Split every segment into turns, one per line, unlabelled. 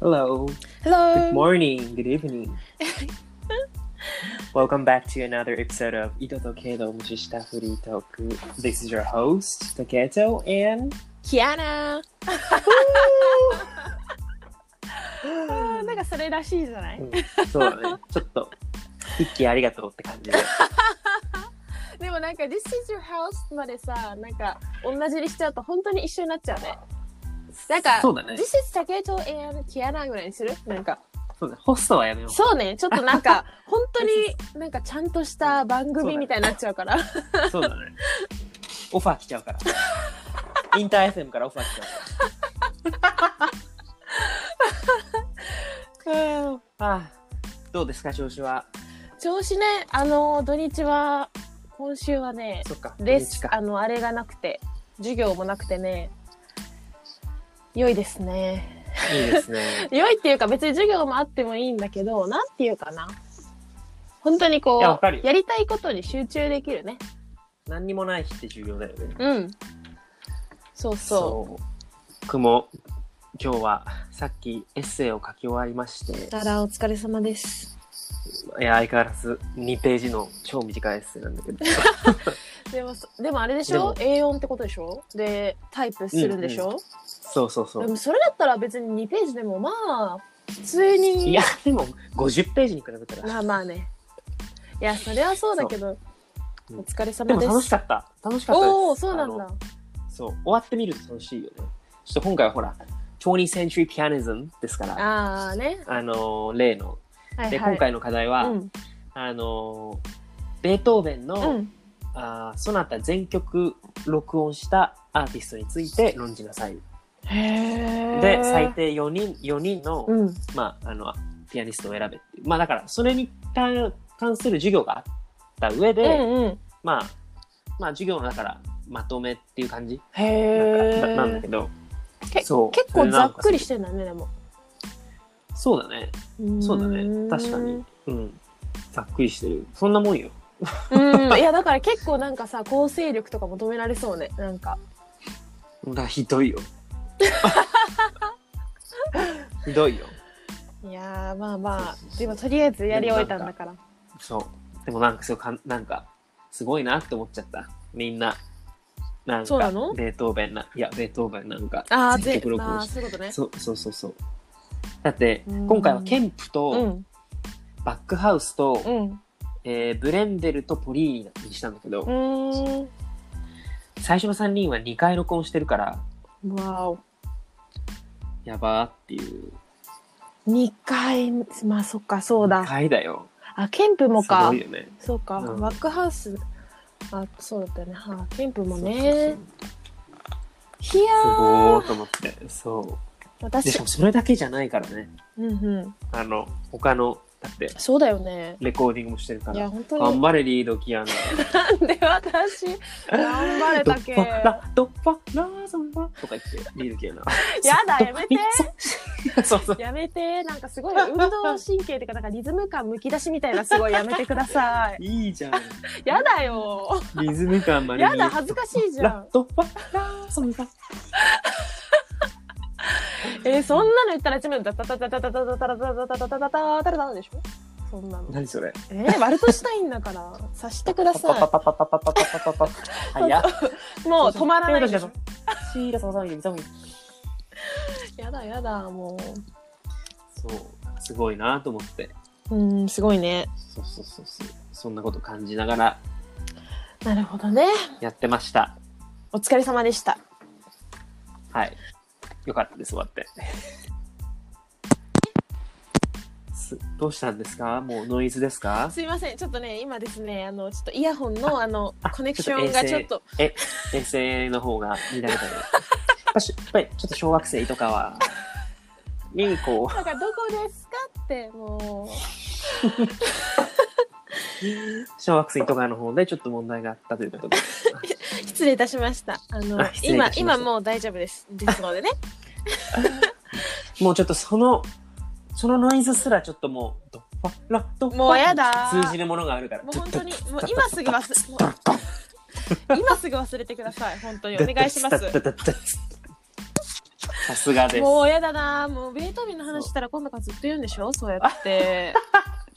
Hello. Good
Hello!
morning. Good evening. Welcome back to another episode of Ito to Keto Mushishita Free Talk. This is your host, Taketo, and
キアナあーなんかそれらしいじゃない、
うんそうだね。ちょっと、ヒッキーありがとうって感じで。
でもなんか「This is your house」までさなんか同じにしちゃうと本当に一緒になっちゃうねなんか
そうだ
「This
ね。
is Taketo and Kiana」ぐらいにするなんか
そうだね。ホストはやめよう。
そうねちょっとな んか本当になんかちゃんとした番組みたいになっちゃ うから
そうだね。オファー来ちゃうから。インター FM からオファー来ちゃうから。
うん
ああどうですか、調子は。
調子ねあの土日は今週はね
そっか。
レ
土日
ス
か
あのあれがなくて授業もなくてね良いですね
いいですね。
良いっていうか別に授業もあってもいいんだけどなんていうかな本当にこう
いやわかるよ
やりたいことに集中できるね
何にもない日って重要だよね。。
うんそうそう
僕も今日はさっきエッセイを書き終わりまして
う、あらお疲れ様です
いや相変わらず2ページの超短いエッセイなん だけど、
でもそでもあれでしょ A4 ってことでしょでタイプするんでしょ、
そうそうそ
で
う。
もそれだったら別に2ページでもまあ普通に
いや、でも50ページに比べたら、
まあまあね。いや、それはそうだけど、
そう
お疲れ
で
様
も
です。
楽しかった。楽しかったです。
おお、そうなん
あ
だ
の。。そう、終わってみると楽しいよね。ちょっと今回はほら、20th century pianism ですから、あ
ああーね。
の、例の。
はいはい。
で、今回の課題は、
うん、
あの、ベートーベンの、
うん。
あーそなた全曲録音したアーティストについて論じなさい。
へえ。
で、最低4人、4人の、
うん。
まあ、あの、ピアニストを選べっていう。まあ、だから、それに関関する授業があった上
う
で、
んうん。
まあ、まあ、授業のだから、まとめっていう感じ
へ
なんか
え
な。なんだけど、
け
そう
結構ざっくりしてんだね、でも。
そうだね。そうだね。確かに。うん。ざっくりしてる。そんなもんよ。
うーん。いや、だから結構なんかさ、構成力とか求められそうね。なんか。
だからひ どいよ。ひどいよ。
いやー、まあまあ
そうそうそ。う
でもとりあえずやり終えたんだから。
そう。でもなんかすごいかん、なんか、すごいなって思っちゃった。みんな。なん
そうな
か、
の
ベートーベンな、いや、ベートーベンなんか、
ああ、
全
ぜ
曲、録
ま
音
あ、
し
そういうこと
て。
ね。
そうそうそうそう。だって、
うん
今回はケンプ
う
と、
ん。
バックハウスと、
うん。う
えーブレンデルとポリーニにしたんだけど、
ー
最初の3人は2回録音してるから、
ん。わお。
やばーっていう。
二回、まあそっか、そうだ。
回だよ。
あ、ケンプも
す
か
ごい。よね。
そうか、
うん
バックハウス。あ、そうだったよね。あ、ケンプも
そうそうそ
ね
う。
ひや
すごー
ー。
と思って。そう。でし
私
か、もそれだけじゃないからね。
うんうん。
あの、他の、だって、
そうだよね。
レコーディングもしてるか
い
ら
や、。本当
頑
に。
張れ、リードキ アナ。
なんで私、頑張れたけ。
ドッパ
や
ラ、ドッパラ、ソンバとか言って、リー ドキアナ。
だ、やめて。
そうそう。
やめて。なんかすごい運動神経とか、なんかリズム感むき出しみたいな、すごいやめてください。
いいじゃん。
やだよ。
リズム感まで。
やだ、恥ずかしいじゃ
ラ
ん。、
ドッパラ、ソンバ。
えー、そんなの言ったら、ちめダタタタタタタタタタタタタタタタタタでしょそんなの。
何それ。
えー、割としたいんだから、察してくださ
パ
い。
パパパパパパパパパ。 はや。
もう止まらないでしょ。。
シーラソンさん、ミサミ。
やだやだ、も
そう。すごいなと思って。
う。うん、すごいね。
そうそうそうそう。そんなこと感じながら
なるほどね。
やってました。
お疲れ様でした。
はい。よかったです、終わって。すどうしたんですかもうノイズですか
すいません、ちょっとね、今ですね、あの、ちょっとイヤホンの、あの
あ、
コネクションが
ち
ち
ょ
ょ
っ
っと、
え、衛星の方が 乱れたよ。やっぱしやっぱりちょっと小学生とかは、にこ
なんかどこですかって、も
う、小学生とかの方でちょっと問題があったということで。
う、失礼いたしました。あの
あ、失礼い
今
た、しまし
今
た
もう大丈夫です。ですの でね。
もうちょっとその、そのノイズすらちょっともう、ドッパラドッパ
もうやだー
通じるものがあるから。
もう本当に、もう今すぐ忘れ、もう今すぐ忘れてください。本当にお願いします。
す。さすがです。
もうやだなもうベートーベンの話したら今度からずっと言うんでしょそうやって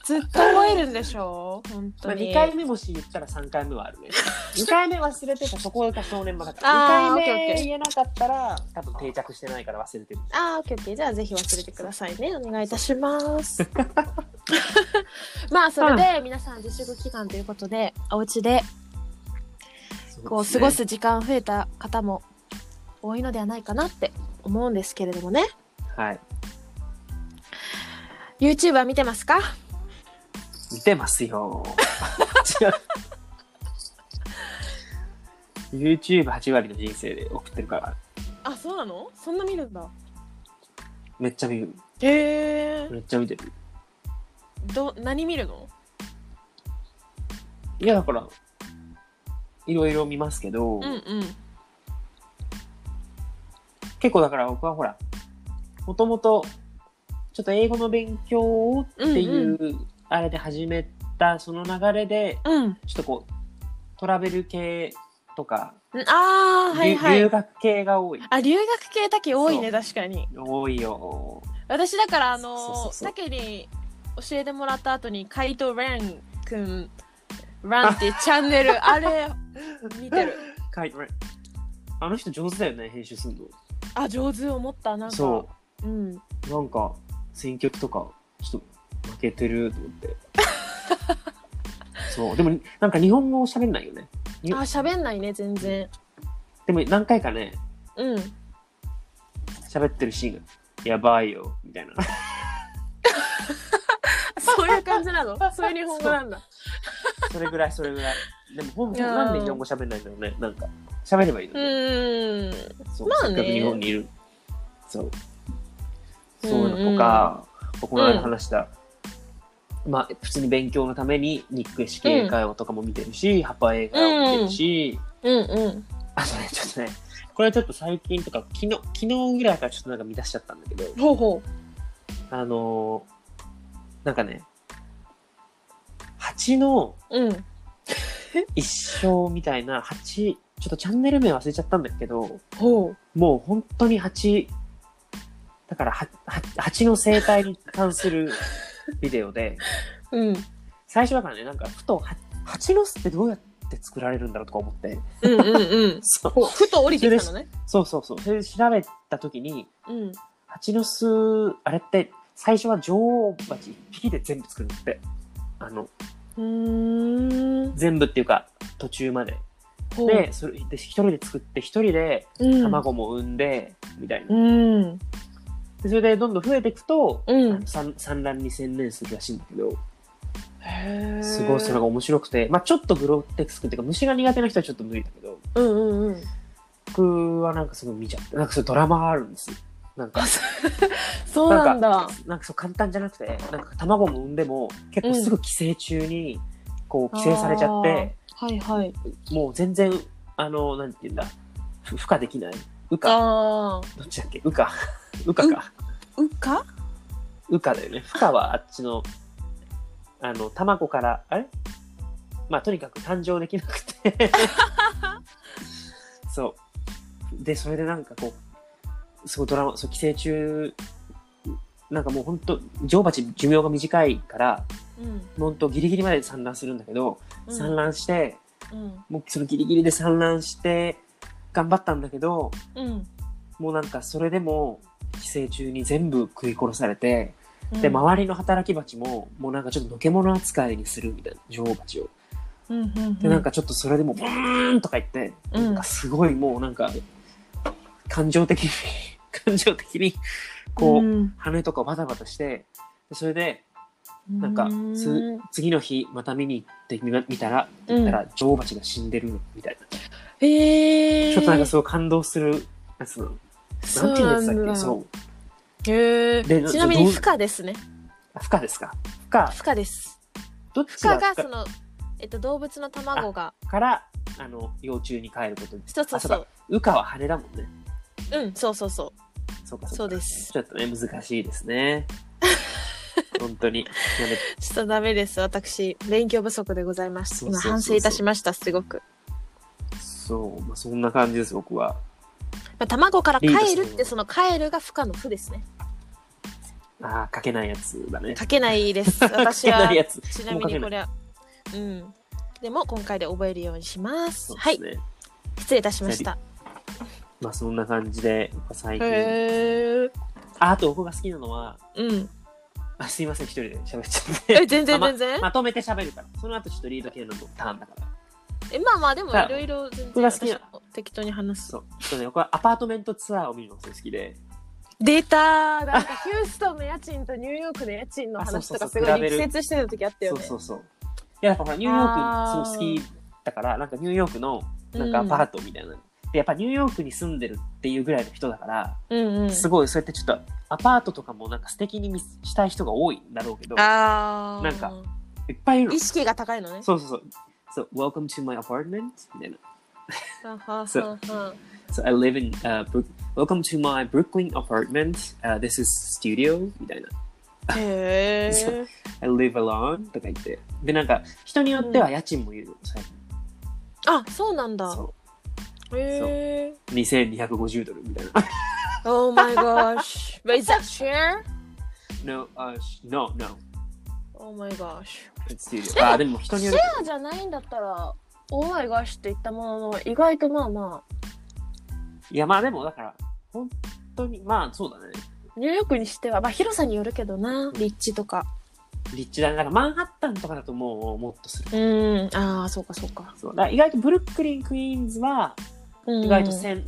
ずっと覚えるんでしょ本
ま
当
あ、
に、
2回目もし言ったら3回目はある ね。2回目忘れてた、そこが正念場だった。2
あーオッケーオッケ
回
ー
目言えなかったら、多分定着してないから忘れてる。
あーオッケーオッケーじゃあぜひ忘れてくださいねお願いいたします まあそれで皆さん自粛期間ということでお家でこう過ごす時間増えた方も多いのではないかなって思うんですけれどもね
はい。
YouTuber 見てますか
見てますよ。 違う。YouTube8 割の人生で送ってるから、
あそうなのそんな見るんだ
めっちゃ見る。
へえ
めっちゃ見てる。
ど何見るの
いや、だから、いろいろ見ますけど、
うんうん
結構だから僕はほら、もともと、ちょっと英語の勉強をっていう、あれで始めた、その流れで、
うん
ちょっとこう、トラベル系とか、
ああはいは
留留
い
学系が多い。
あ留学系だけ多いね
そ
確かに
多いよ。
私だからあの
そうそうそう
タケに教えてもらった後にカイト・レンくんランっていうチャン ネルあれ見てる
かいあの人上手だよね、編集するの。
あ上手思ったなんか、
そう
ん、
う。なんか、選曲とか、ちょっと負けてると思 って。そう。でも、なんか日本語喋んないよね。
あ喋んないね全然
でも何回かね、
うん
喋ってるシーンが、やばいよ、みた いな。
そういう感じなのそういう日本語なんだ
それぐらい、それぐらい。でも、ほん
い
と、
やー
なんで日本語喋んないんだろうね。なんか、喋ればいいの
う
ね。
ーん
そう、
まあ
せ
ね
っかく日本にいる。そう。そういうのとか、この間話した、まあ、普通に勉強のために、日ック式英会話とかも見てるし、ハパ映画を見てるし、
うんうん
あとね、ちょっとね、これはちょっと最近とか、昨日、昨日ぐらいからちょっとなんか見出しちゃったんだけど、
ほうほ
あのーなんかね、蜂の
ううん
一生みたいな、蜂、ちょっとチャンネル名忘れちゃったんだけど、
ほう
もう本当に蜂、だからはは蜂の生態に関するビデオで、
うんうん
最初だからね、なんかふとは蜂の巣ってどうやって作られるんだろうとか思って、
うんうん
そう
ほうふと降りてきたのね
そうそうそう。それで調べた時に、
うん
蜂の巣、あれって最初は女王蜂一匹で全部作るんだって。あの、
うーん
全部っていうか途中まで。
ほう
で、それで一人で作って一人で
うん
卵も産んで、みたいな。
う
で
ん
それでどんどん増えていくと、
うん
産産卵に専念するらしいんだけど、
へー
すごいそれが面白くて、まあちょっとグロテクスクっていうか虫が苦手な人はちょっと無理だけど、
うんうんうん
僕はなんかすごい見ちゃって、なんかそういうドラマがあるんですよ。なんか、
そうなんだ
なんかそう簡単じゃなくて、なんか卵も産んでも結構すぐ寄生虫にこう寄生されちゃって、
はいはい
もう全然、あの、なんて言うんだ、ふ孵化できない。羽化、
あー
どっちだっけ羽化。羽化か。
うか
羽化だよね。孵化はあっちの、あの、卵から、あれまあ、とにかく誕生できなく て。そう。で、それでなんかこう、すごいドラマ、そう、寄生虫、なんかもう本当女王蜂寿命が短いから、
うん
本当ギリギリまで産卵するんだけど、
うん
産卵して、
うん
もうそのギリギリで産卵して、頑張ったんだけど、
うん
もうなんかそれでも、寄生虫に全部食い殺されて、
うん
で、周りの働き蜂も、もうなんかちょっとのけ者扱いにするみたいな、女王蜂を。
うんうんうん
で、なんかちょっとそれでも、ブーンとか言って、
うん
なんかすごいもうなんか、感情的に、 感情的に、こう、
うん
羽とかバタバタして、でそれで、なんか
うーん
つ、次の日、また見に行ってみ見たら、
うん
行ったら、女王蜂が死んでるみたいな。
へえ
ちょっとなんかすごい感動する、やつなの。なんていうやつだっけ
そ
そう
う。へ
で
え
な
ちなみに
どう
負荷ですね
あ負荷ですか負荷、
負荷です
どっち
負荷
が
が
負
そ
荷
のえっと動物の卵が
から、あの、幼虫に帰ることに。
そうそう
あ
そう
羽化は羽だもんね。
うんそうそうそ
そうか
う
そうか
そうです
ちょっとね、難しいです ね。本当に。やめ
ちょっとダメです私勉強不足でございます
そう
今
そうそうそう
反省いたしましたすごく
そう、まあ、そんな感じです、僕は。
まあ、卵から帰るっ
いい
て
です
その帰るが不可の負ですね。
ああ、書けないやつだね。
書けない です。私
書け
は
ないやつ。
ちなみにこれは、うん。でも今回で覚えるようにします。
そう
は
です
い、
ね。
失礼いたしました。
まあそんな感じで、まあ最近。
へえ。
あ、あと僕が好きなのは、
うん。
あすいません、一人で喋っちゃって。
え、全然
まあ
全然。
まとめて喋るから。その後ちょっとリード系のターンだから。
え、まあまあ、でも
あ
いろいろ全
僕
然
が好き
私
な
も適当に話す。
そう。ちょっとね、僕はアパートメントツアーを見るのがすごい好きで。
出たーなんかヒューストンの家賃とニューヨークの家賃の話とか
あ
す
そうそうそう
ごい
比べ
力
る
説してた時あった
そ
よ
う
ね。
そうそう。いや、やっぱほら、ニューヨークすごい好きだから、なんかニューヨークの、なんかアパートみたいな。で、やっぱニューヨークに住んでるっていうぐらいの人だから、
うんうん。
すごいそうやってちょっとアパートとかもなんか素敵に見せしたい人が多いんだろうけど、
あー
なんかいっぱいいるの
意。識が高いのね。
そうそうそう。So, welcome to my apartment. みたいな。
はは
そ
はは
So, I live in, uh, Brook- welcome to my Brooklyn apartment. Uh, this is studio. みたいな。
へ
そ
え。
I live alone. とか言って。で、なんか人によっては家賃もいるの。そうやって
あ、そうなんだ。
そ
へえ。
う。2250ドルみたいな。
Oh my gosh. But is that share?
No, uh, sh- no, no.
Oh my gosh.
It's studio.
でも
あー、でも人に
シ
よ
ェ
る。
アじゃないんだったら、Oh my gosh って言ったものの、意外とまあまあ、
いや、まあでもだから、本当に、まあそうだね。
ニューヨークにしては、まあ広さによるけどな、立地とか。
立地だね。だからマンハッタンとかだともうもっとする。
うん、ああ、そうかそうか。
そうだから意外とブルックリン、クイーンズは
意
意外と1000、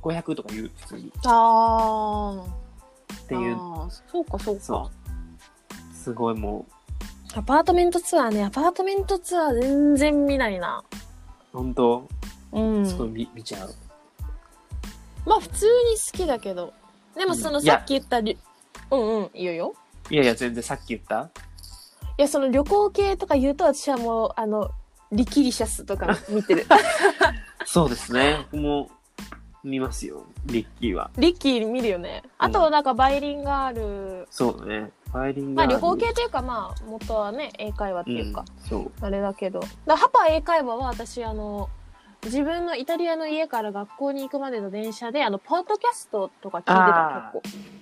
1500とか言う、普通に。
ああ。っ
っていう。
そうかそうか
そ。う。すごいも
アパートメントツアーね、アパートメントツアー全然見ないな。
う、本当
うん。
すごい見,、見ちゃう。
まあ普通に好きだけど。でもその
うんいや
さっき言ったり、うんうん、いいよいいよ。
いやいや、全然さっき言った
いや、その旅行系とか言うと私はもう、あの、力リシャスとか見 てる。
そうですね。僕も見ますよ、リッキーは。
リッキー見るよね。あとはなんかバイリンガール。
そうだね。ファイリング
まあ旅行系というかまあ元はね、英会話っていうか、
うん、そう。
あれだけど。だからハパ英会話は私あの、自分のイタリアの家から学校に行くまでの電車で、あの、ポッドキャストとか聞いてた
あー
結構。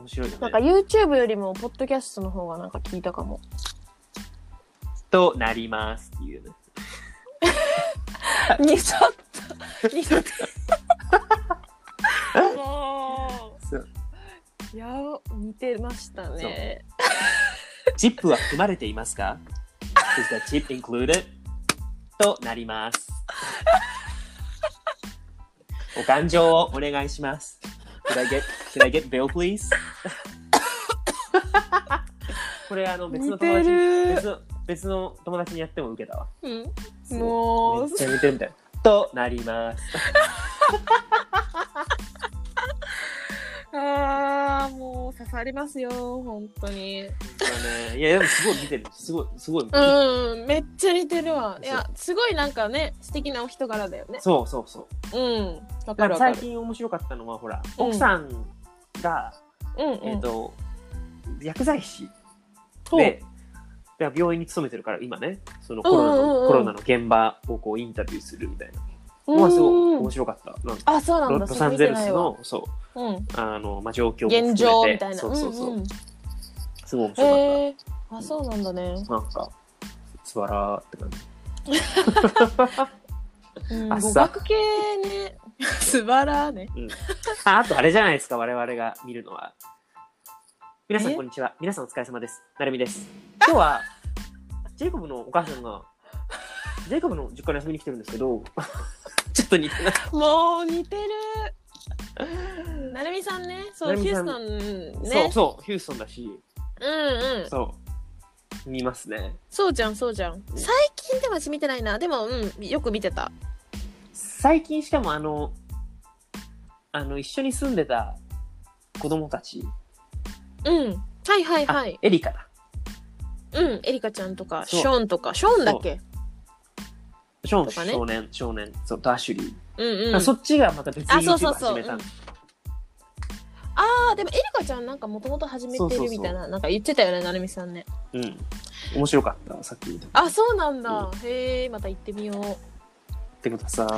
面白いよね。
なんか YouTube よりもポッドキャストの方がなんか聞いた かも。
となりますっていうね。
二度と、二 度と。も
そう
う、やば、似てましたね。
チップは含まれていますか ?Is the chip included? となります。お勘定をお願いします。Could I get, could I get bill please? これあの別の友
似て
達に
る
別。の別の友達にやっても受けたわ。
うん、
そう
も
め
う
っちゃ似てるみたいな。となります。
ああもう刺さりますよ本当に
そうねいやでもすごい似てる。すごい、すごい。
うんめっちゃ似てるわい
そう
やすごいなんかね素敵なお人柄だよね
そうそうそう。
うん
なん
わかる
か
わか
最
る
近面白かったのはほら、
うん
奥さんが、
うんうん、
えっ、と、薬剤師
ほう
で、で病院に勤めてるから、今ね、そのコロナの,、
うんうんうん
コロナの現場をこうインタビューするみたいな。
う
まあ、すごい
ん
面白かった。なんか
あそうな
ロ
んだ
ロサンゼルス
そ
の、そう、
れ見て
あの、まあ、状況
ないわうん、現状みたいな
そうそうそう。
んん
すごい面白かっ
へえあそうなんだね、
た。なんか、つばらーって感じ。
うん、
あっ
語
さ
学系 ね素晴らね
ああとあれじゃないですか、我々が見るのは。皆さん、
え
こんにちは。皆さん、お疲れ様です。なるみです。今日は、ジェイコブのお母さんが、ジェイコブの実家に遊びに来てるんですけど、 ちょっと似てない。
もう似てるなるみさんねそ
な
う
る
ヒ
みさ
ュース
ん
トン
そ
ね
うそう、ヒューストンだし、
うんうん
そう、見ますね。
そうじゃんそうじゃん最近でも私見てないなでもうんよく見てた
最近、しかも、あの、あの、一緒に住んでた子供たち、
うんはいはい
あ
はい
エリカだ。
うんエリカちゃんとか
そう
ショーンとかショーンだっけ
ショー
とか
ン、
ね
少年、少年、そう、とアシュリ
うん
ー。
うん
そっちがまた別に
あそう
YouTube
そうそう
始めたの。
あーでもエリカちゃんなんかもともと始め
そう
て
そう
る
そう
みたいななんか言ってたよねなるみさんね
うん。面白かった、さっき見た。
あそうなんだへえまた行ってみよう
ってくださ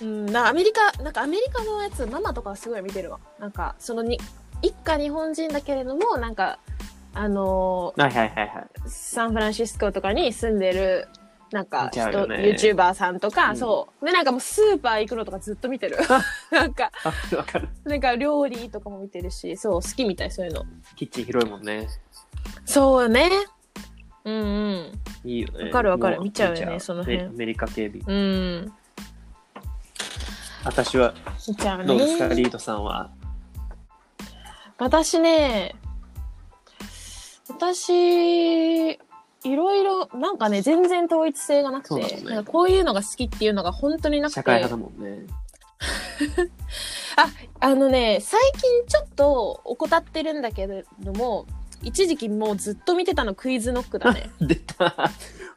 い。
うん、なんかアメリカ、なんかアメリカのやつ、ママとかはすごい見てるわ。なんか、そのに、一家日本人だけれども、なんか、あの
はいはいはいはい。
ーサンフランシスコとかに住んでる、なんか
見
人、
ちゃうよね
YouTuber さんとか、
うん
そう。で、なんかもうスーパー行くのとかずっと 見てる。なんか、
あ、わかる。
なんか料理とかも見てるし、そう、好きみたい、そういうの。
キッチン広いもんね。
そうね。うんうん。
いいよね。
わかるわかる
も
見ちゃうよねその辺
アメアメリカ警備。
うん。
私は、
見ちゃうね。
どうですか、リードさんは。
私ね、私、いろいろ、なんかね、全然統一性がなくて、
そうなのね
なんかこういうのが好きっていうのが本当になくて、
社会派だもんね。
あのね、最近ちょっと怠ってるんだけれども、一時期もうずっと見てたのクイズノック だね。
出た。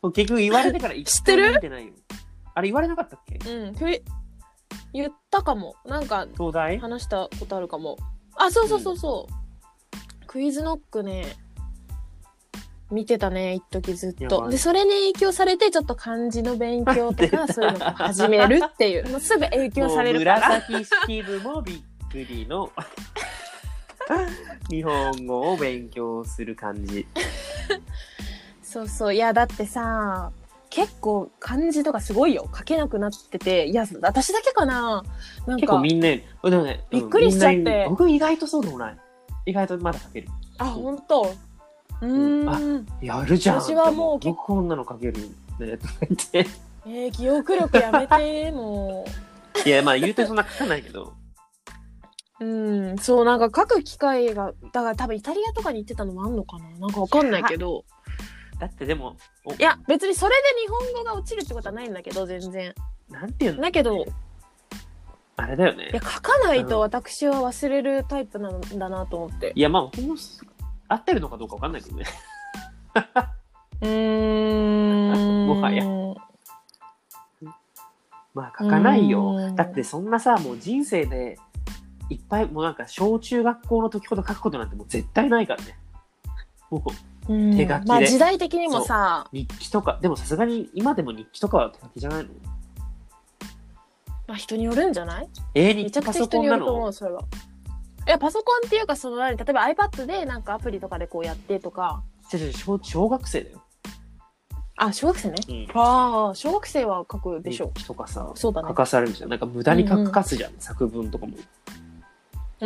もう結局言われてから
知って
一
る
回も見てないよ。あれ言われなかったっけ
うん、ふい言ったかも。なんか
東大
話したことあるかも。あ、そうそうそうそう。クイズノックね、見てたね、一時ずっ
や
と。
ばい
で、それに影響されて、ちょっと漢字の勉強と か、そういうのを始めるっていう。もうすぐ影響されるか
もう
ら。
紫式部もびっくり の日本語を勉強する感じ
そうそう。いや、だってさ、結構漢字とかすごいよ。書けなくなってて。いや、私だけかななん
結構
か、
みんなでもねうん
びっくりしちゃって
みんな僕意外とそうでもない意外とまだ書ける
あ、ほんと。うーん。
やるじゃん
私はもう
僕こんなの書けるねとか言っ
えー記憶力やめて、もう。
て いやまあ言うてそんな書かないけど
うん、そう、なんか書く機会が、だから多分イタリアとかに行ってたのもあんのかななんかわかんないけど。
だってでもお
いや、別にそれで日本語が落ちるってことはないんだけど、全然。
なんていうの
だけど、
あれだよ
いや、
ね
書かない
うん
と私は忘れるタイプなんだなと思って。
いやまあ僕も合ってるのかどうかわかんないけどね
うーん。
もはやまあ書かないよ
うん。
だってそんなさ、もう人生でいっぱい、もうなんか小中学校の時ほど書くことなんてもう絶対ないからね。もう
うん
手書きで
まあ時代的にもさ、
日記とか、でもさすがに今でも日記とかは手書きじゃないの
まあ人によるんじゃない
えー、
め
日
ちゃ
記
く
パ
ちゃ
ソコ
人
ン
によ
な
ると思
の
う、それは。いや、パソコンっていうか、その何、例えば iPad でなんかアプリとかでこうやってとか、
違う違う小小学生だよ。
あ、小学生ね。
うん。
ああ、小学生は書くでしょ
日記とかさ、
そうだね
書かされるじゃん。なんか無駄に書くかすじゃん、作文とかも。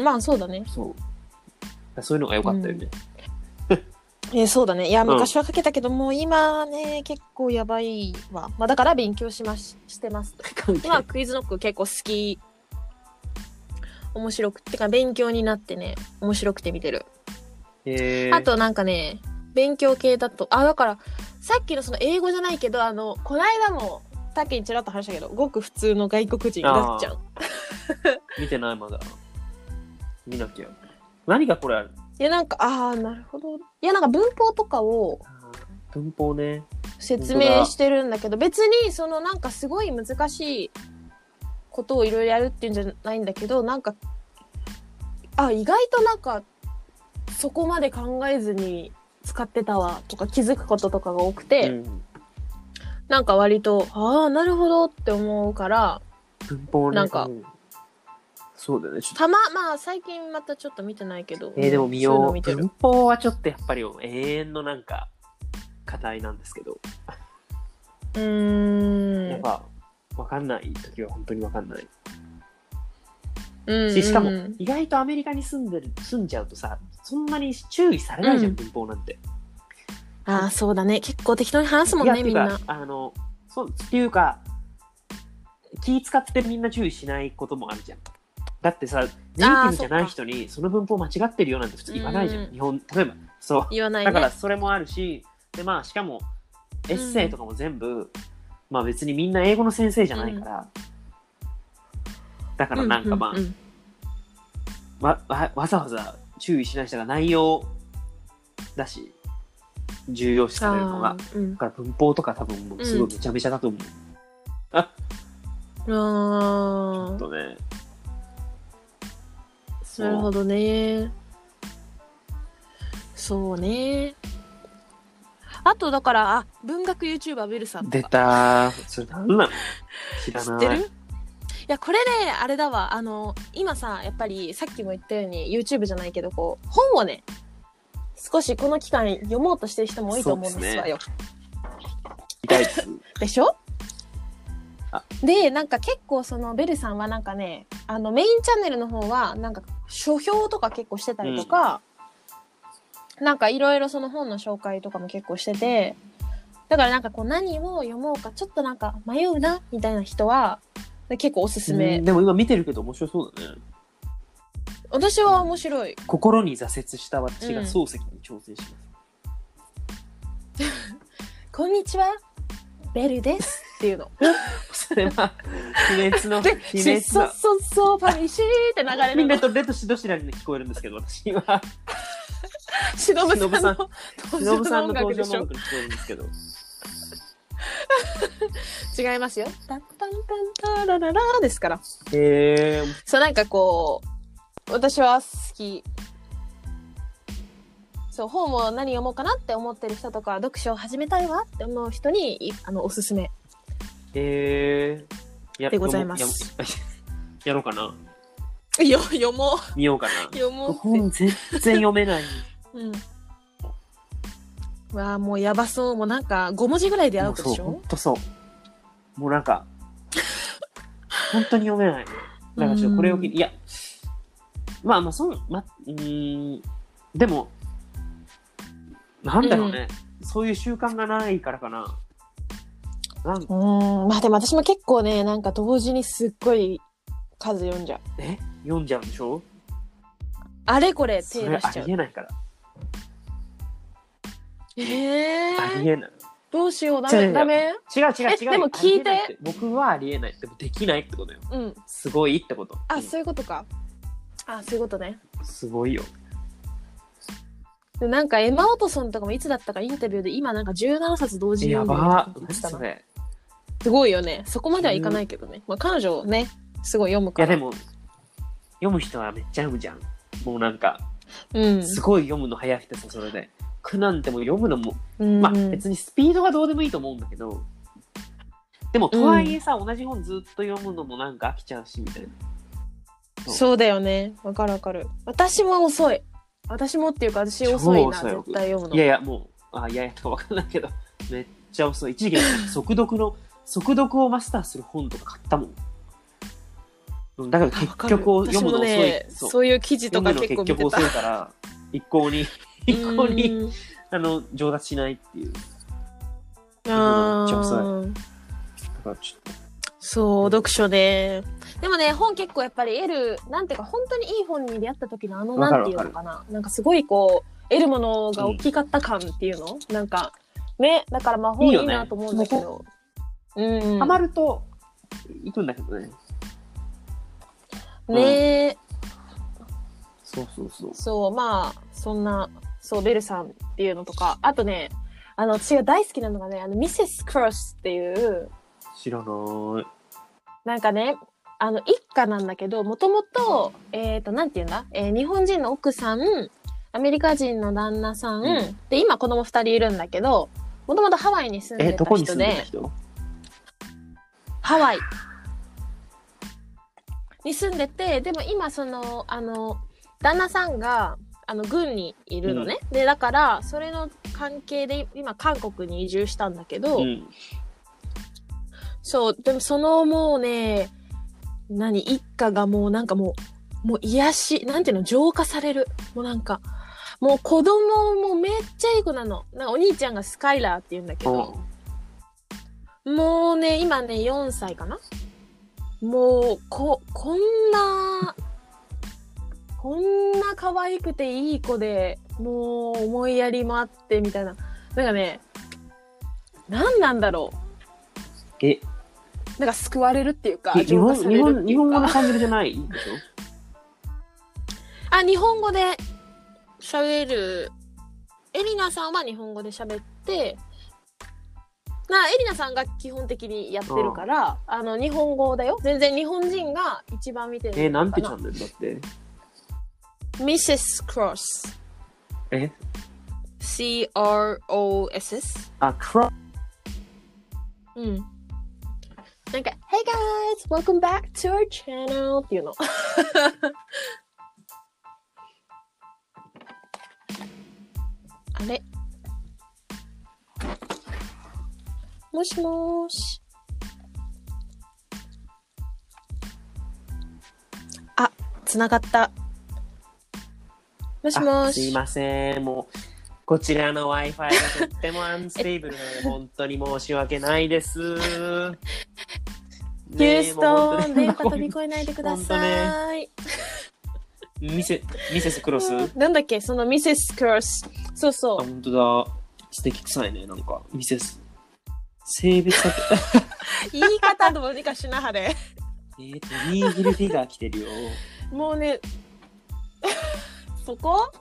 まあそうだね。
そう。だからそういうのが良かったよね。
えーそうだね。いや、
ん
昔はかけたけど、もう今ね、結構やばいわ。まあだから勉強します、してます。
関係
今、クイズノック結構好き。面白くてか、勉強になってね、面白くて見てる。
えー、
あとなんかね、勉強系だと、あ、だから、さっきのその英語じゃないけど、あの、こないだも、たっきにちらっと話したけど、ごく普通の外国人だっちゃん。
見てないまだ。見なきゃ。何がこれある
いや、なんか、ああ、なるほど。いや、なんか文法とかを、
あー文法ね。
説明してるんだけど別にそのなんかすごい難しいことをいろいろやるっていうんじゃないんだけどなんかあ意外となんかそこまで考えずに使ってたわとか気づくこととかが多くて、
うん
なんか割とああなるほどって思うから
文法ね
なんか
うそうだよねちょっと
たままあ最近またちょっと見てないけど
えーでも見よう
そういうの見てる
文法はちょっとやっぱり永遠のなんか課題なんですけど、
う
や
ー
っ
ん
ぱ分かんない時は本当に分かんない
うんうんうん
ししかも意外とアメリカに住んでる住んじゃうとさそんなに注意されないじゃん、
うん
文法なんて。
ああそうだね結構適当に話すもん
い
ね
やっ
みん
て
な
いうかあのそうっていうか気使ってみんな注意しないこともあるじゃん。だってさネイティブじゃない人にその文法間違ってるよなんて普通言わないじゃん。
うん
日本例えばそう
言わない
だ
ね
からそれもあるし、でまあしかもエッセイとかも全部、まあ別にみんな英語の先生じゃないから、だからなんかまあ、
うんうんうん
わわわざわざ注意しない人が内容だし重要視されるのが
あーうん
だから文法とか多分もうすごいめちゃめちゃだと思う、ちょ
あ
っとね
あ、なるほ
ど
どね。そうね。あとだから、あ、文学 YouTuber ベルさんと
出
か
たーそれなんなの知ら
知
ない
ってるやこれねあれだわあの今さやっぱりさっきも言ったように YouTube じゃないけどこう本をね少しこの期間読もうとしてる人も多いと思うんですわよ。
痛いです。
でしょ
あ
でなんか結構そのベルさんはなんかねあのメインチャンネルの方はなんか書評とか結構してたりとか、なんかいろいろその本の紹介とかも結構しててだからなんかこう何を読もうかちょっとなんか迷うなみたいな人は結構おすすめ、
うんでも今見てるけど面白そうだね。
私は面白い
心に挫折した私が
うん
漱石に挑戦します。
こんにちはベルですっていうの
それは、卑劣の、
で
卑
そう
劣
そう
な。
そうそうパリシーって流れ
み
る
んな
の
とレとしどしなりに聞こえるんですけど、私は、
しのぶさんの
し
登
のぶさ
場
ん
の
の
音楽
登
で
場
し
の
ょ
音楽に聞こえるんですけど、
違いますよ。タンタンタンタラララーですから。
えー、
そうなんかこう私は好き。そう本を何読もうかなって思ってる人とか読書を始めたいわって思う人にいあのおすすめ。
えー、や
でございます
やややろうかな。
よ読も
見ようか
う読
な。
もうって。
本全然読めない。
うん。わあもうやばそうもうなんか5文字ぐらいでア
も
ウ
う
トで
そう、
し
ほ
ょ
ん。とそう。もうなんか、本当に読めない。なんかちょっとこれを聞いて、いや、まあまあ、そう、ま、うーん、でも、なんだろうね、そういう習慣がないからかな。なん
うーんまあでも私も結構ねなんか同時にすっごい数読んじゃう。
え読んじゃうんでしょ
あれこれ
そ
手
れ
出
あ
しちゃう
り。えないから。
え
あ
え
りえない。
どうしようダ
違う違
メ
う
ダメ。
違う違う
え
違う。
でも聞いて
ありえなって。僕はありえない。でもできないってことよ。
うん。
すごいってこと。う
あ、
ん
そういうことか。あ、そういうことね。
すごいよ。
でなんかエマ・オトソンとかもいつだったかインタビューで今なんか17冊同時に
や
読んでる
ば
とか言
何
ってたな
それ。
すごいよね。そこまではいかないけどね。まあ彼女をね、すごい読む
い
か
や
ら。
でも、読む人はめっちゃ読むじゃん。もうなんか、
うん
すごい読むの早くてさ、それで。苦なんてもう読むのも、
うん。
まあ別にスピードはどうでもいいと思うんだけど、でもとはいえさ、同じ本ずっと読むのもなんか飽きちゃうしみたいな。
そうだよね。わかるわかる。私も遅い。私もっていうか私遅いな、
超遅い
絶対読むの。
いやいや、もう、あ、いやいやとかわかんないけど、 めっちゃ遅い。一時期、速読の、速読をマスターする本とか買ったもん。うんだけど
わか
結
る
局を
私
読む
も
の遅い。
ね、
そう
そういう記事と
読む
か
の
結
結
構
局
見てた
遅い。から、一向に、一向に。
うん
あの上達しないっていう。
あ
めっちゃ遅
ー
だからちょっ
そう、読書ね。でもね、本結構やっぱり得る、なんていうか、本当にいい本に出会った時のあの、
わか
なん
る
ていうのかな。なんかすごいこう、得るものが大きかった感っていうの、なんか、ね、だからまあ本
い
い
いよ
い
ね
なと思うんだけど。う
と
ん。
ハマると行くんだけどね。
ねえ、
そうそうそう。
そう、まあ、そんな、そう、ベルさんっていうのとか、あとね、あの、私が大好きなのがね、あの、ミセス・クロスっていう、
知らない。
なんかね、あの一家なんだけど、もともと、えっ、と、なんていうんだ、えー日本人の奥さん、アメリカ人の旦那さん、
うん
で、今子供二人いるんだけど、もともとハワイに住ん
え、
でた
どこに住
人
んでた
で、
人
ハワイに住んでて、でも今、その、あの、旦那さんが、あの、軍にいるのね。で、だから、それの関係で、今、韓国に移住したんだけど、
うん。
そう、でもそのもうね、何、一家がもうなんかもう、もう癒し、なんていうの、浄化される。もうなんか、もう子供もめっちゃいい子なの。なんかお兄ちゃんがスカイラーって言うんだけど、もうね、今ね、4歳かなもう、こ、こんな、こんな可愛くていい子で、もう思いやりもあってみたいな。なんかね、何なんだろう。
え、
なんか救われるっていうか、
日
浄
本
化され
日
るってい
本日
うか
本語の感じじゃないでしょ
あ、日本語で喋る。エリナさんは日本語で喋って、な、エリナさんが基本的にやってるから、あの、日本語だよ。全然日本人が一番見てる
え、なんて
か
チャンネルだって。
ミセス・クロス。
え、
C-R-O-S-S。
あ、クラ
うん。なんか、Hey guys, welcome back to our channel っていうの。あれもしもーし。あ、つながった。もしも
あ
ー
す
し
い。ません。もう、こちらの Wi-Fi がとってもアンステーブルなので、本当に申し訳ない です。ね
ヒュー
え
ス
もう本
ト
当
ン、
に
電波飛び越えないでください。
ミセミセスクロス。あ、
なんだっけ、そのミセス・クロス。そうそう。
本当だ。素敵臭いね、なんか。ミセス。性別 だけ。
言い方どうにかしなは
え
れ。
っと、ニーギルフィガー来てるよ。
もうね、そこ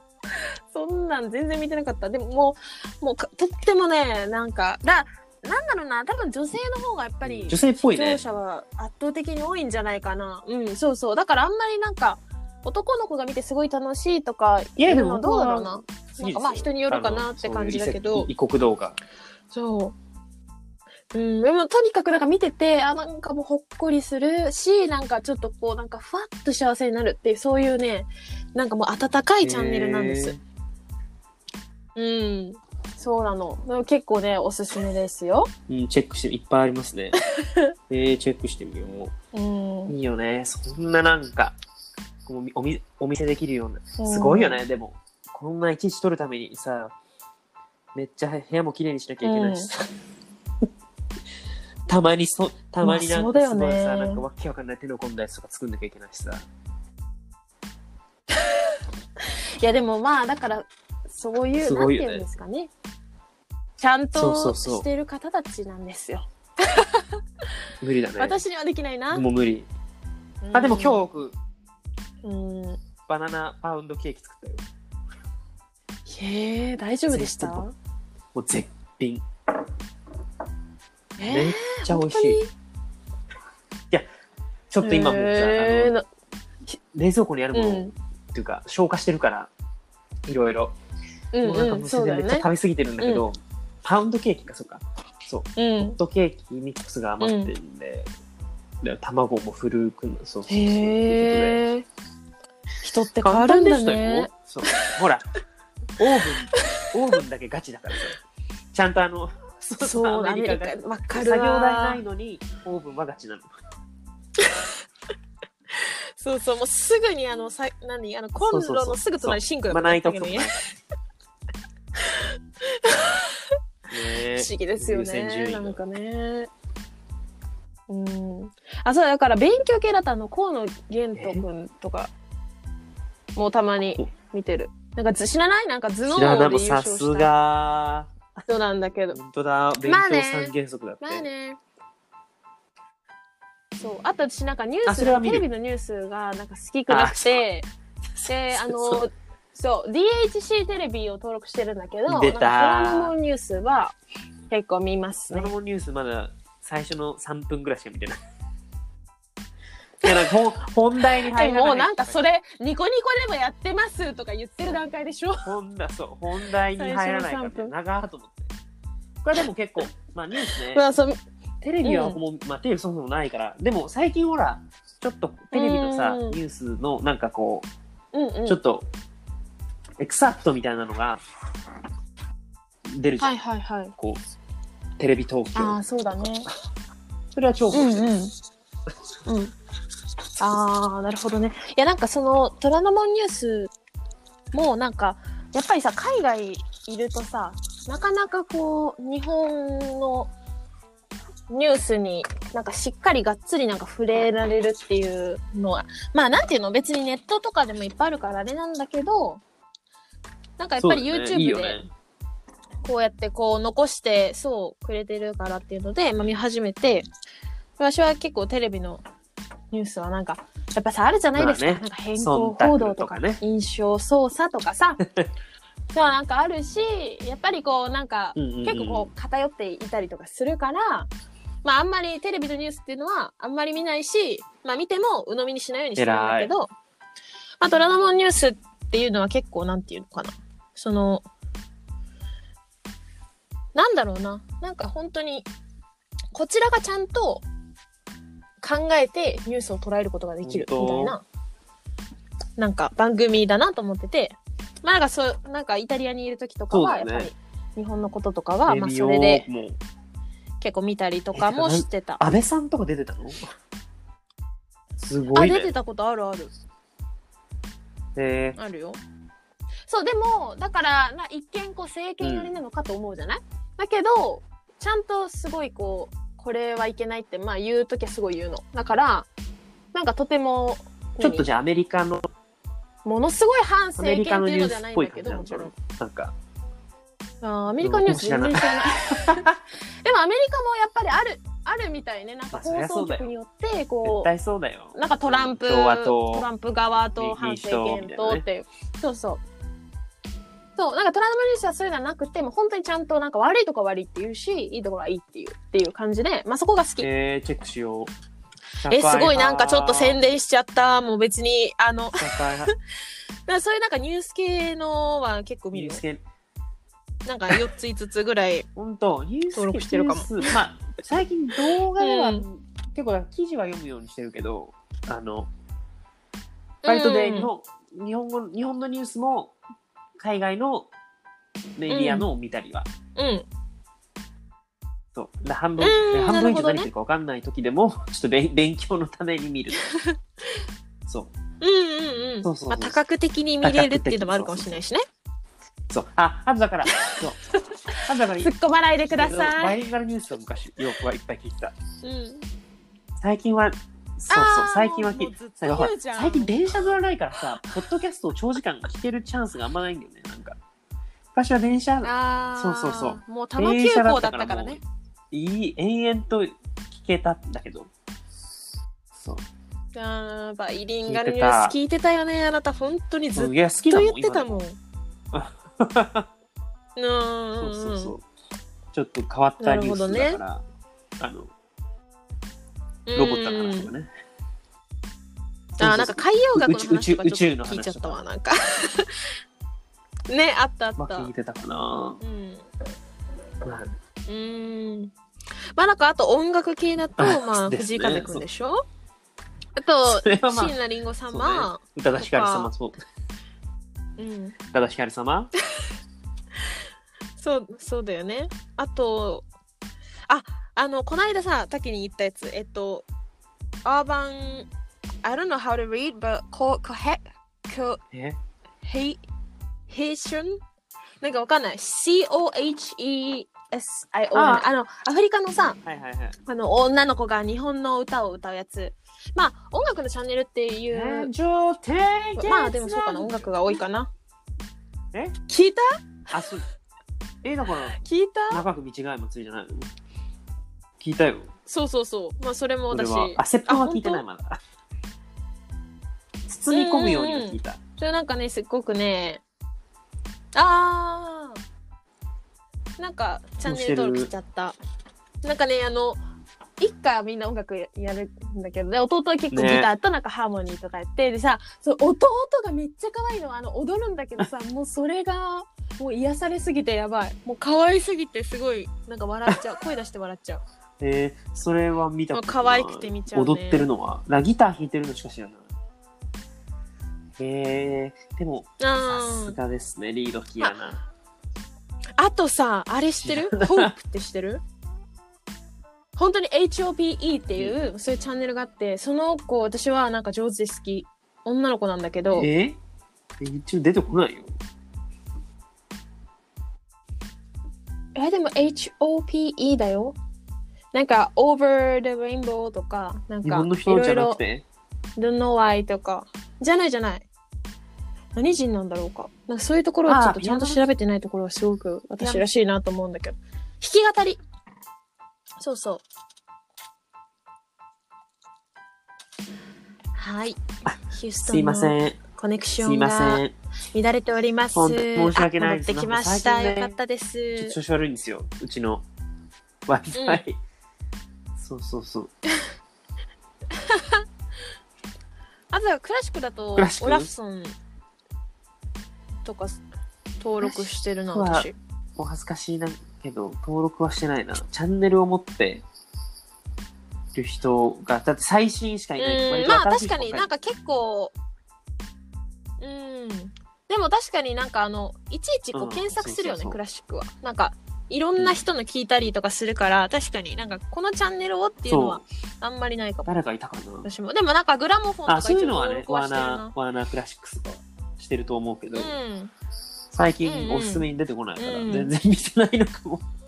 そんなん全然見てなかった。でももう、もうかとってもね、なんか、だ、なんだろうな、多分女性の方がやっぱり、
女性っぽいね
視聴。者は圧倒的に多いんじゃないかな。うん、そうそう。だからあんまりなんか、男の子が見てすごい楽しいとか、
いやでも
うのどうだろうな。
好きですよ
まあ人によるかなって感じだけど
あのそういう異国動画。
そう。うん、でもとにかくなんか見てて、あ、なんかもうほっこりするし、なんかちょっとこう、なんかふわっと幸せになるっていう、そういうね、なんかもう温かいチャンネルなんです。うん。そうなの。でも結構ね、おすすめですよ。
えー。うん、チェックして、いっぱいあります ね。えー、チェックしてみよう。
うん。
いいよね。そんななんか、こうみおみお見せできるような。すごいよね、でも。こんな一日撮るためにさ、めっちゃ部屋も綺麗にしなきゃいけないしさ。 たまにそ、たまになんか
まあ
す
そうだ
ご
よ
い
ね
さ、なんかわけわかんない手の込んだやつとか作んなきゃいけないしさ。
いや、でもまあ、だから、そういう、
す
なん
ご
て
いよ
い
ね
うんですかね。ちゃん
そうそ
と
うそう
してる方たちなんですよ。
無理だね。
私にはできないな。
もう無理。あ、でも今日僕、
うん。うん
バナナパウンドケーキ作ったよ。
へえ、大丈夫でした
全然もう絶品。
え
めっちゃ美
本
味
当
しい。
に
ちょっと今もうさ、
へ
あ
ー
の
な
冷蔵庫にあるもの、
うん
っていうか消化してるからいろいろ、
うん
もうなんか
う
も
ん、
う
そ
す
う
で
だ
に
よ
めっちゃ
ね
食。べ過ぎてるんだけど、パウンドケーキかそうかそうホ
うん
ッ。トケーキミックスが余ってるんで,、で卵もフルークのそうそうそうっていうこ
へえ。人って
とで
変わ
簡
る
単
ん
で
だ
したよ、
ね。
そうほらオーブンオーブンだけガチだからさちゃんとあのそ
そう、アメリ
が
カ、わか
作
る
業
わ。
台ないのにオーブンはガチなの
そうそう、もうすぐにあの、さ、何、あの、コン
そうそう
ロ
そ
の
う
すぐ隣シンクだ
まあないと
だけ
こ
ど
ね
ね
え
不思議ですよね
優先順。位
な
が
んかね。うん。あ、そう、だから勉強系だとあの、河野玄斗くんとか、もうたまに見てる。なんかず知らないなんか頭脳
知らな
で
いもう
優
さ
勝
す
した
が
人なんだけど。
本当だ勉
まあね
強三原則だって、
まあね。そう。あと私なんかニュー
あそれ
ス、
は見
テ
る
レビのニュースがなんか好きくなって、で、あ
そ
の、そう、DHC テレビを登録してるんだけど、
出た
なんかドラマのニュースは結構見ます
ド
ね
ラ。ゴンニュースまだ最初の3分ぐらいしか見てない。いやなんかほん本題に
で
入らない
ももうなんかそれ、ニコニコでもやってますとか言ってる段階でしょ
本題そう本題に入らないから
最初の
ね長ーと思って。これでも結構まあニュースね、
まあそう
テレビはもう、まあテレビそもそもないからでも最近ほらちょっとテレビのさ
うん
ニュースのなんかこ
うんうん。
うちょっとエクサプトみたいなのが出るじゃん、
はいはいはい。
こうテレビ東
あ
京
あ、そうだね。
それは超面白い、
うんうん。うん。ああ、なるほどね。いや、なんかその、虎ノ門ニュースも、なんか、やっぱりさ、海外いるとさ、なかなかこう、日本のニュースに、なんかしっかりがっつりなんか触れられるっていうのは、まあなんていうの、別にネットとかでもいっぱいあるからあれなんだけど、なんかやっぱり
そうだね
YouTube
いい
で
よね
こうやってこう残してそうくれてるからっていうので、まあ、見始めて私は結構テレビのニュースはなんかやっぱさあるじゃないですか,、
まあね
なんか変更
忖度
報道と
と
か
かね
印象操作とか さそうなんかあるしやっぱりこうなんか
うんうんうん
結構こう偏っていたりとかするから、まああんまりテレビのニュースっていうのはあんまり見ないし、まあ見ても鵜呑みにしないようにしてるんだけど、まあ虎ノ門ニュースっていうのは結構なんていうのかな。その、なんだろうな。なんか本当に、こちらがちゃんと考えてニュースを捉えることができるみたい
本
な、なんか番組だなと思ってて、まあなんかそう、なんかイタリアにいる時とかは、や
そ
っ
うだ
ぱ
よね
り日本のこととかは、まあ
レビ
そ
オ
れで
もう
結構見たりとかもしてた。
安倍さんとか出てたのすご
あ、
い
出て
ね。
たことあるある。
え
あるよ。そう、でも、だから、まあ、一見、こう、政権寄りなのかと思うじゃない、だけど、ちゃんとすごい、こう、これはいけないって、まあ、言うときはすごい言うの。だから、なんかとても、
ーちょっと
何
じゃあアメリカの
ものすごい
ア
反
メ
政
リカ
権っ
の
て
ニ
い
ュ
うの
ー
じ
ス
ゃな
っ
いん
ぽ
だ
い
け
感
ど、
じな
も
の
ち
か
ろ。
なんなんか
あーアメリカニュース全然知らない。 でも、アメリカもやっぱりある、あるみたいね。なんか
まあそり
放
ゃそ
送
うだよ
局によって、こ
絶
う、
対そうだよ
なんかトランプ、
共和党
トランプ側と反政権とっていう、そうそう。そう、なんかトランプニュースはそういうのはなくて、もう本当にちゃんとなんか悪いとこは悪いって言うし、いいところはいいっていう、っていう感じで、まあそこが好き。え、
えー、チェックしよう
すごいなんかちょっと宣
伝
伝しちゃった。もう別に、あの、 だからそういうなんかニュース系のは結構見るよ。なんか4つ5つぐら い。
本当ニュース
登録してるかも
ニュースまあ最近動画では、
うん
結構記事は読むようにしてるけどあの割とね、
うん
日本日本語日本のニュースも海外のメディアのを見たりは、
うん。
そうだ半分、
うん
半分以
なるほ
上
ど
何言
ね
ってるか分かんない時でも、 ちょっと勉勉強のために見 るそう
うんうんうん。
そうそうそう
まあ多角的に見れるっていうのもあるかもしれないしね。
そうああとだからそうあとだ から
突っ込まないでくださ
バ
い。
イリンガルニュースは昔よくはいっぱい聞いてた
うん。
最近はそうそう
あー
最近は聞
もうずっと
なんかほら
言うじゃん
最近電車乗らないからさポッドキャストを長時間聞けるチャンスがあんまないんだよねなんか昔は電車
あー
そうそう
もう多摩急行だったからね。
いい延々と聞けたんだけどそう
あーバイリンガルニュース聞いてたよねあなた本当にずっ
いや好きだ
と
も
言
ん
って たもん。う
今
ー
の
ん
そうそうそうちょっと変わったニュースだから、あのロボットの話とかね
うんあーなんか海洋学
宇
の
宙
話とか
宇
ちょ
宙
っ
の
と聞いちゃったわ
話
なんかねあったあ
ま
っ
あ
た
聞いてたかな、
うん
まあ
うーんまあなんかあと音楽系だと
あ
ま あ
ですね
藤井風くんでしょあと
それはまあ
椎名林檎
そうね
様
宇多田ヒカル様そう
うん
宇多田ヒカル様
そう、そうだよね。あと、あ、あの、こないださ、滝に言ったやつ、えっと、アーバン、I don't know how to read, but co- cohe- co-
え
he- Haitian? なんかわかんない。C-O-H-E-S-I-O-N。
あ
あの、アフリカのさ、
はいはいはい
あの、女の子が日本の歌を歌うやつ。まあ、音楽のチャンネルっていう、まあでもそうかな、音楽が多いかな。
え
聞いた
あそうえだから
聞いた
長く見違い祭りじゃないの聞いたよ
そうそうそう。まあそれも
俺
私。
はあセップは
あ
聞いてないまだ包み込むようには聞いた
それなんかねすっごくねあーなんかチャンネル登録しちゃったなんかねあの一家はみんな音楽やるんだけどね弟は結構ギ
ね
ターとなんかハーモニーとかやって、でさそう弟がめっちゃ可愛いのあの踊るんだけど さもうそれがもう癒されすぎてやばいもう可愛すぎてすごいなんか笑っちゃう声出して笑っちゃう
えーそれは見たことない
可愛くて見ちゃうね
踊ってるのはなギター弾いてるのしか知らないえー、でもさ
う
す
ん
がですねリードキアな
あとさあれ知ってる
知らない
ホープって知ってる本当に HOPE っていう、そういうチャンネルがあってその子私はなんか上手で好き女の子なんだけど
えー、一応出てこないよ
えでも HOPE だよなんか Over the Rainbow とかなん
日
か
本の
い
人
ろ
じ
い
ゃなく
ろ
て
Don't know why とかじゃないじゃない何人なんだろうかなんかそういうところはちょっと
あ
ちゃんと
ピアノ
調べてないところはすごく私らしいなと思うんだけど弾き語りそうそうはいヒュース
す
ト
い
ン
ま
の
せん
コネクシ
す
ョ
い
ン
ま
が
せん
乱れております
ほんと申し訳ないで
あ戻
す
ってきました、
なんか最
よ
近ね
かったで
ちょっと
す
調子悪いんですようちの w i f i そうそうそう
あとはクラシックだと
クラシック
オラフソンとか登録してるな
クラシックは
私
お恥ずかしいなけど登録はしてないなチャンネルを持ってる人が、だって最新しかいないと
う
割
ん
と
まあ
新し
確
い
かにな
か、
んか結構うんでも確かになんかあのいちいちこ
う
うん検索するよ
そうそ
ね、
うそう
クラシックはなんかいろんな人の聞いたりとかするから、確かになんかこのチャンネルをっていうのは
そ
あんまりないかも
誰かいたかな。
私もでもなんかグラモフォンとか
あ、そういうのはね、
一応
ワー
登録
ナー、ワーナークラシックスとかしてると思うけど、
してるな
最
うん
近
うん
おすすめに出てこないから、
うん
全然見てないのかも。
うん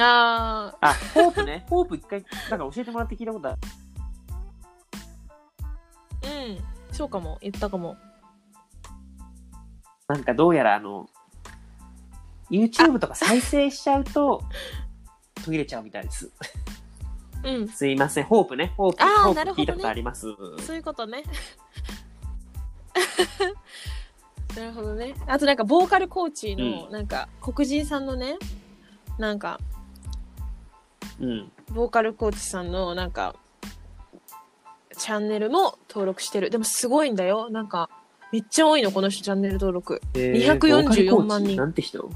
あー
あ、ホープね、 ホープ一回、なんか教えてもらって聞いたことある。
うんそうかも言ったかも
なんかどうやらあの、YouTube とか再生しちゃうと、途切れちゃうみたいです。
うん
すいません、ホープね、ホープ、
あー
ホ
な
ー
る
プ聞
ほどね
いたことあります。
そういうことね なるほどねあとなんかボーカルコーチの
う
なんか黒人さんのねなんか
うん。
ボーカルコーチさんのなんかチャンネルも登録してるでもすごいんだよなんかめっちゃ多いのこの人チャンネル登録
え
244万人
ボーカルコーチなんて人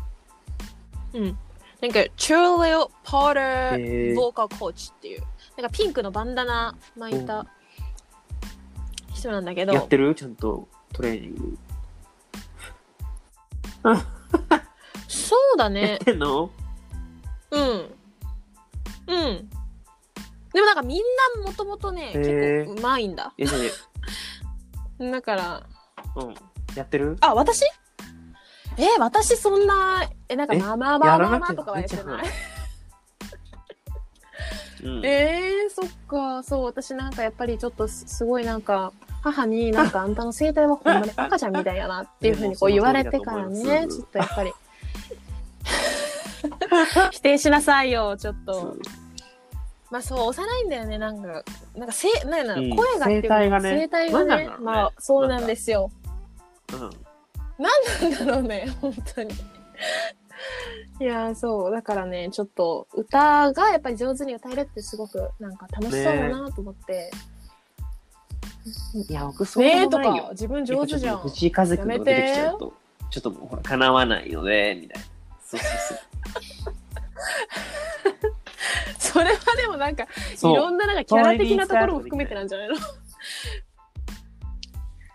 うんなんかチューレオ・ポー
へ
ター
ー
ボーカルコーチっていうなんかピンクのバンダナ巻いた人なんだけど
やってるちゃんとトレーニング。
そうだ
やっ
ね
てんの
うん。うん。でもなんかみんなもともとね、
へー
結構うまいんだ。
え、それ、
だから、
うん。やってる
あ、私えー私そんな、え、なんか
え
まあまあま
や
あ
ら
ま
なき
あまあ
ゃ
とかはやって
や
な
っ
い。
うん。
えー、そっか、そう、私なんかやっぱりちょっとすすごいなんか、母になんかあんたの生態はほんまに赤ちゃんみたいやなっていうふうにこう
いや
言
もうその通り
われて
だ
か
と思い
ら
ます
ね、ちょっとやっぱり。 否定しなさいよ、ちょっと。
そう
まあそう幼いんだよねなんかなんかせなんやろ
うん
声がっていうか
声帯がね
声帯が
なんなん
ね
だろうね
まあそうなんですよ
うん。
なんだろうね本当にいやーそうだからねちょっと歌がやっぱり上手に歌えるってすごくなんか楽しそうだなと思って
いや、僕、そう
ね
で
え
も
と
ないよ。
か自分上手じゃ
やっぱちょっと
ん
藤井風くんが出てきちゃうと、ちょっともうほら、かなわないので、みたいな。そうそう そう。
それはでもなんかい
そう
ろんななんかキャラ的なところも含めてなんじゃないの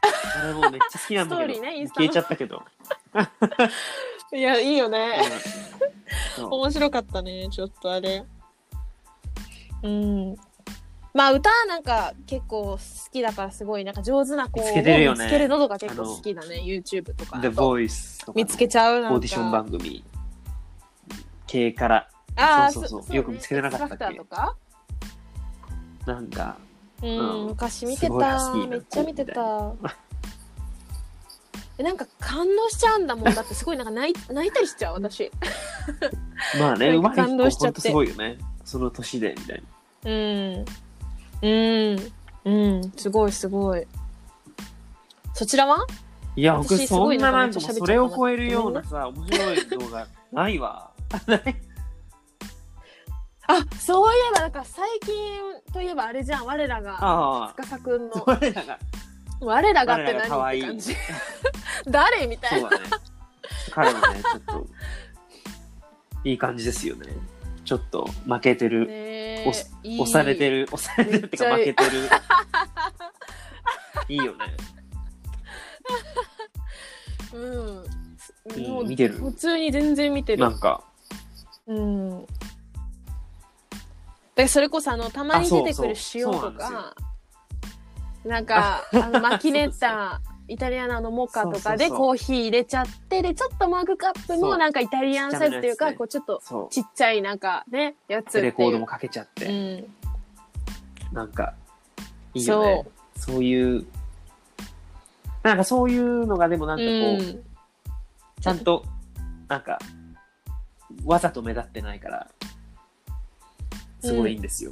あれもめっちゃ好きなんだけ
ストーリー
ど、
ねインスタの
消えちゃったけ ど。
いやいいよね
そう
面白かったねちょっとあれうんまあ歌なんか結構好きだからすごいなんか上手な子を
見つけてるよね
見つけるのとか結構好きだね YouTube とか
The
あと
Voice とかの
見つけちゃうなんか
オーディション番組系から、
あー
そうそうそう
ね
よく見つけてなかったっけ
X-Factor とか
なんか、
うん、
うん
昔見て
すごい
た
好きな子
めっちゃ見て
みたい
たえなんか感動しちゃうんだもんだってすごいなんか泣い泣いたりしちゃう私
まあね、
なん
う
か
まい
感動しち
ほ
ゃっ
ん
て
とすごいよね。その年で、みたいな。
うん。うん。うん。すごいすごい。そちらはい
や、僕、
私す
そ
ごい
んな
な
なんんか
かめっちゃ喋っちゃった
それを超えるようなさ、面白い動画ないわ。
あ、そういえば、なんか最近といえば あれじゃん。我らが、
あ あ、
深さく んの。
我らが、
我らがって
我らが可
何っ
愛い
て感じ。誰みたい
そう
な。
だね。彼はね、ちょっと、いい感じですよね。ちょっと、負けてる。
ね
押す押されて
る。
る、押されてるってか、負
め
け
って
る。 いいよね。
うん。
うん
もう
見てる
普通に全然見てる。
なんか、
うん。だからそれこそあのたまに
あそう
出てくる
そう
塩
そ
と
うな
かなんかあのマキネッタイタリアのあのモカと
そうそ
かで
うそう
コーヒー入れちゃってでちょっとマグカップ
そ
も
う
なんかイタリアンサイズっていうか
ちっちゃめのやつね
こうちょっと
そ
ちっちゃいなんかねやつって
う。
いう
レコードもかけちゃっ
う
て、
ん、
なんか、いいよね。
そ
そういう、なんかそういうのがでもなんかこう、
うん、
ちゃんと、なんか、わざと目立ってないから、すごいいいんですよ。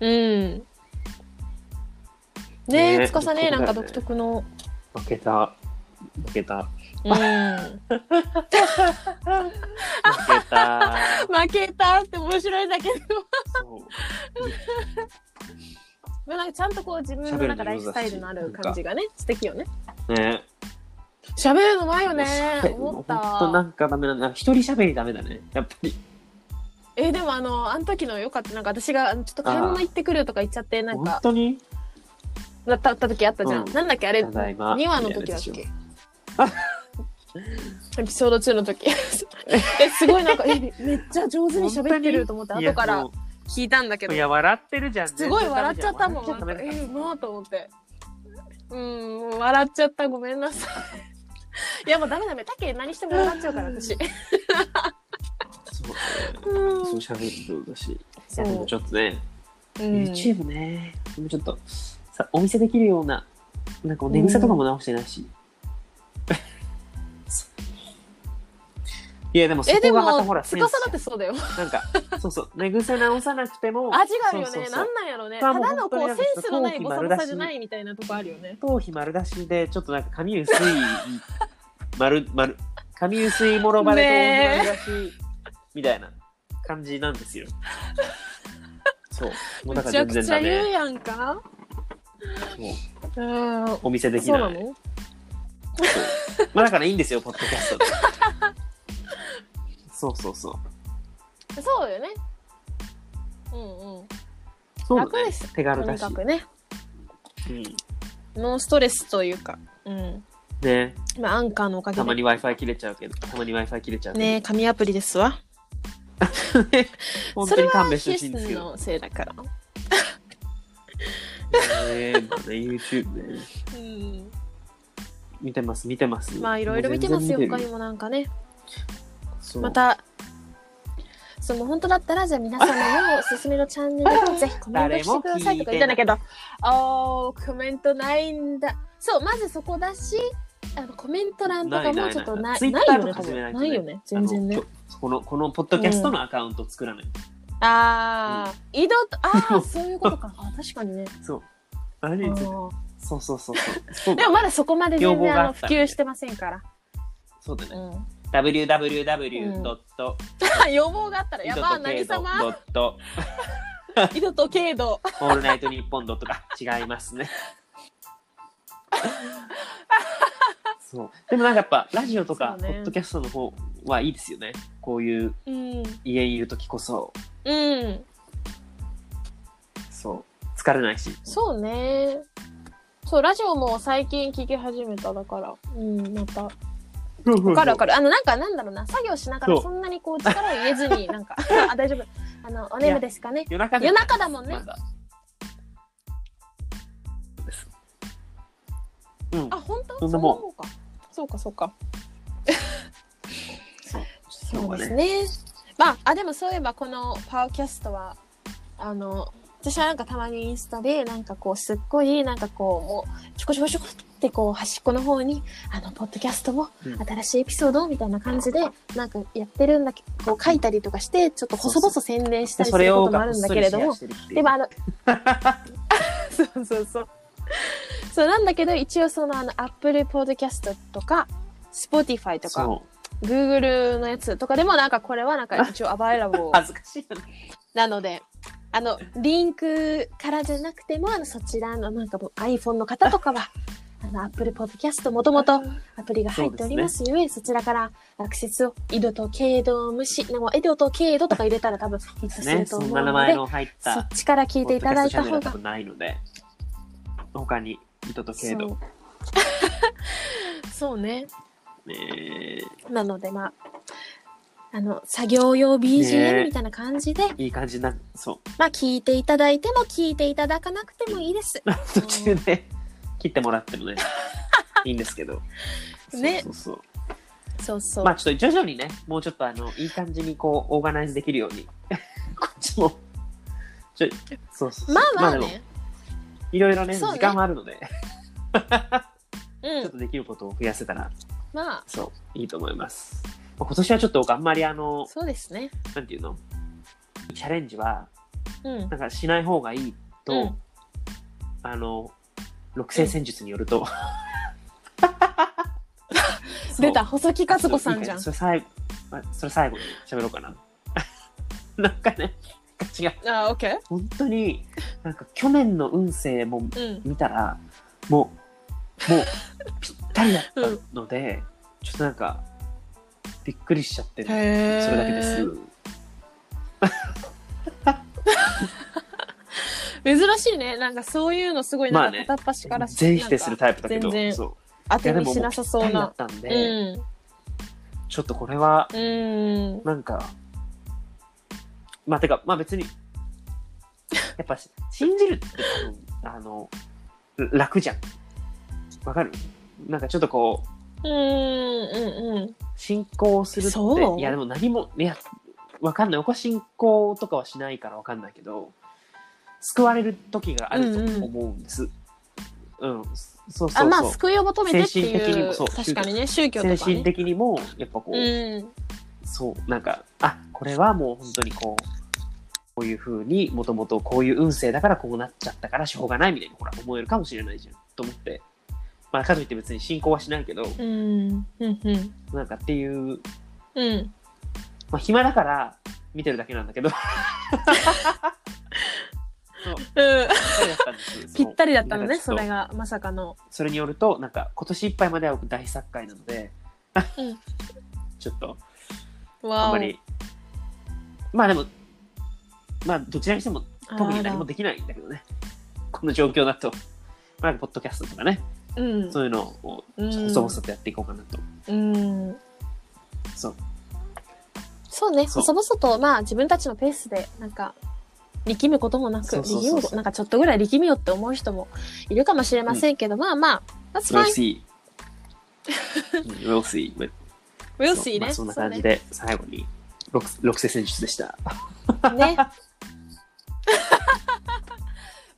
うんねえ
ね
つかさね
独特だよね
なんか独特の、
負けた、負けた、負
うん、 負
けた。
けたって面白いんだけど
そう
まあなんかちゃんとこう自分のなんかライフスタイルのある感じがね素敵よね
ね。
喋るの前よ
喋
ね
るの
思った
ほんとなんかダメなんだ。一人喋りダメだね。やっぱり。
えーでもあのあの時のよかったなんか私があのちょっと買い物行ってくるとか言っちゃってなん
本
か
当に
なったった時あったじゃ
う
ん、
ん
なんだっけあれ
ただいま
2話の時だっけエピソード2の 時えすごいなんかえめっちゃ上手に喋ってると思って
いや
後から
も
聞いたんだけ
う
ど
いや笑ってるじゃん
すごい笑っちゃったもん。
全
なん
然
か
ダ
え
メだから
ー、もうと思って。うん、笑っちゃった。ごめんなさい。いや、もうダメダメ。たけ何しても笑っちゃうから、私。
そう
うん
そう喋るだしい
そ
やでも
う。
ちょっとね
うん、
YouTube ねもうちょっとさお見せできるようななんか寝癖とかも直してないし、いやでもそ
え、で
こがまたほ
も、
ら
つ
セ
か
ン
さ
ス
だってそうだよ。
じゃんなんかそうそう寝癖直さなくても
味があるよ
そう
ね。
そう
な
そうん
なんやろね。
まあ
ただのこ
もう
う、
本
セ
当に
ンスのな
な
い
んか
ボサ
頭皮丸
ボ
出し
サじゃないみたいなとこあるよね。
頭皮丸出しでちょっとなんか髪薄い 丸丸髪薄いもろバレ
ね
頭皮丸出しみたいな感じなんですよそうもう
め
だか
ちゃ
ら
く
全然
ちゃ
ダ
言う
メ
やんか。
もう
うん。
お見せでき
そう
ない
なの
まあだからいいんですよ、ポッドキャストで。そうそうそう。
そうだよね。うんうん。
そうだね
楽です
手軽
と
だ
に
し
か。くね。
うん、
ノンストレスというか。うん。
ね
まあ、アンカーのおかげ
た
で
まに Wi-Fi 切れちゃうけど、たまに Wi-Fi 切れちゃうけど。
ね紙アプリですわ。
本
そ
当
れ
に
は
勘弁して
シ
ほしいん
ス
ですけど。
のせいだから。
ねまあね、YouTube ね。
うん。
見てます、見てます。
まあいろいろ見てますよ、
もう全
他
然
にもなんかね。
そう
また、その本当だったら、じゃあ皆さんのおすすめのチャンネルをぜひコメントしてくださいとか言ったんだけど、あー、コメントないんだ。そう、まずそこだし、あのコメント欄とか
ない
も
ない
ちょっとな
ない
い
な
ないい
Twitter
よ
と
ね、
か
多
始めないとね
分ないよね、全然
あ
ね
の。きょこの、このポッドキャストのアカウント作らない。
あー、移動と、あー、そういうこ とか。あ確かにね。
そう。あれ
あ
ですよ
ー
そうそうそうそう。そう
でもまだそこまで全
要望
然
が
あ
あ
の
っ
普
たんで
及してませんから。
そうだね。
うん
www.
うん予防があったら、やばー、何様、 井戸と軽度。
オールナイトニッポンドとか 違いますね。そうでもなんかやっぱラジオとか、
そうね
ポッドキャストの方はいいですよねこういう
うん。
家にいる時こそ
うん。
そう疲れないし
そうね。そう、ラジオも最近聞き始めただから。うん、また。わ
わ
かるわかる。あの、なんか、なんだろうな、作業しなが
そ
ら
う
そんなにこう力を入れずに、 なんか、あ、大丈夫。あの、お
い
眠
や
ですかね。
夜中
夜中だもんね
ま。だですうん
あ、本当
そ
そ
ん
う
な
な
もん
もんか。そうか、そうか。
そう
そうです
ね
ね。まあ、あ、でもそういえばこのパワーキャストは、あの、私はなんかたまにインスタで、なんかこう、すっごい、なんかこう、もう、ちょこちょこちょこって、こう、端っこの方に、あの、ポッドキャストも
うん、
新しいエピソードみたいな感じで、なんかやってるんだけこう、書いたりとかして、ちょっと細々宣伝した
で
り
そ
す
れ
るこ
を
ともあ
がこ
る
っ
んだ
そり
けれ
シ
ど
ェア
も
し、てるってい
で
う
もあの そうそうそうそうなんだけど一応そのあのアップルポッドキャストとか Spotify とか
そう
Google のやつとかでもなんかこれ はなんか一応アバイラボ
恥ずかしいよね
なのであのリンクからじゃなくてもあのそちらのなんかもう iPhone の方と かはあのアップルポッドキャストもともとアプリが入っておりますゆえそちらからアクセスを井戸と軽度無視なんか井戸と軽度とか入れたら多分ヒットす
ね
ると
そ
思うんの
な
で、
名前の入っ
そ
た
っちから聞いていただいた
ポッ
方
ドキャストチャンネルは多分
が
ないので他に糸と
そ
軽度
う そうね
ね
なのでまああの作業用
ね
BGM みたいな感じで、
いい感じなそ
まあ聞いていただいても聞いていただかなくてもいいです
う途中で切ってもらってもねいいんですけど
ね
そうそうそ
そうそうう、
まあちょっと徐々にねもうちょっとあのいい感じにこうオーガナイズできるように こっちもちょそうそうそう
まあまあ
でも
ね、
いろいろね
そうね
時間はあるのでち
う
ょっ
ん
とできることを増やせたら
まあ
そういいと思いますまあ今年はちょっと僕あんまりあの
そうですね
なんていうのチャレンジは
うん
なんかしない方がいいと、
うん
あの六星戦術によると、そう
出た細木和子さんじゃん
それ最後あそれ最後に喋ろうかな なんかね違う
あオッケ
本当になんか去年の運勢も
ーうん
見たらもうもうぴったりだったので、ちょっとなんかびっくりしちゃってる
へー
それだけです
珍しいね。なんかそういうのすごい
ま
な
あ
んか
ね
片っ端からし
全否定するタイプだけど
全然
そう
当
い
て
やで
に
も
し
もう
なさそう
だっ
な。
たん
う
で、
ん。
ちょっとこれは
うん。
なんかまあてかまあ別にやっぱし 信じるって多分あの楽じゃんわかるなんかちょっとこう
うん。うん。うん。
進行するって
そう
いやでも何もいやわかんない僕は進行とかはしないからわかんないけど救われる時があると思うんですうん、そうそうそう
あ、まあ、救いを求めてって
精神的に
い
も
う。
そう
確かにね、宗教とか、ね。
精神的にもやっぱこう、
うん。
そうなんかあこれはもう本当にこうこういうふうにもともとこういう運勢だからこうなっちゃったからしょうがないみたいにほら思えるかもしれないじゃんと思ってまあかといって別に進行はしないけど
うん。うん。うん。
なんかっていう
うん。
まあ、暇だから見てるだけなんだけど。 そうそ
うん。
うだったんです。
ぴったりだったのね、
そ
そう
な
れ
んかちょっ
が、まさか
と
の。
それによると、なんか今年いっぱいまでは僕大作会なので、
うん
ちょっとあん
わ
ま
お。
り、まあでも、まあどちらにしても
あら
特に何もできないんだけどね。この状況だと、まあ、ポッドキャストとかね、
うん。
そういうのを
うん
細々とやっていこうかなと。
うん。
そう。
そうね、
そう
細々と、まあ自分たちのペースで、なんか、力むこともなく、
そうそうそう
力むことなんかちょっとぐらい力みよって思う人もいるかもしれませんけど、まあまあ、That's
We'll
fine.
see. うん We'll see. We'll
We'll
そう
see
ま
ね。
あ、そんな感じで最後に六六世選手でした。
そうね。ね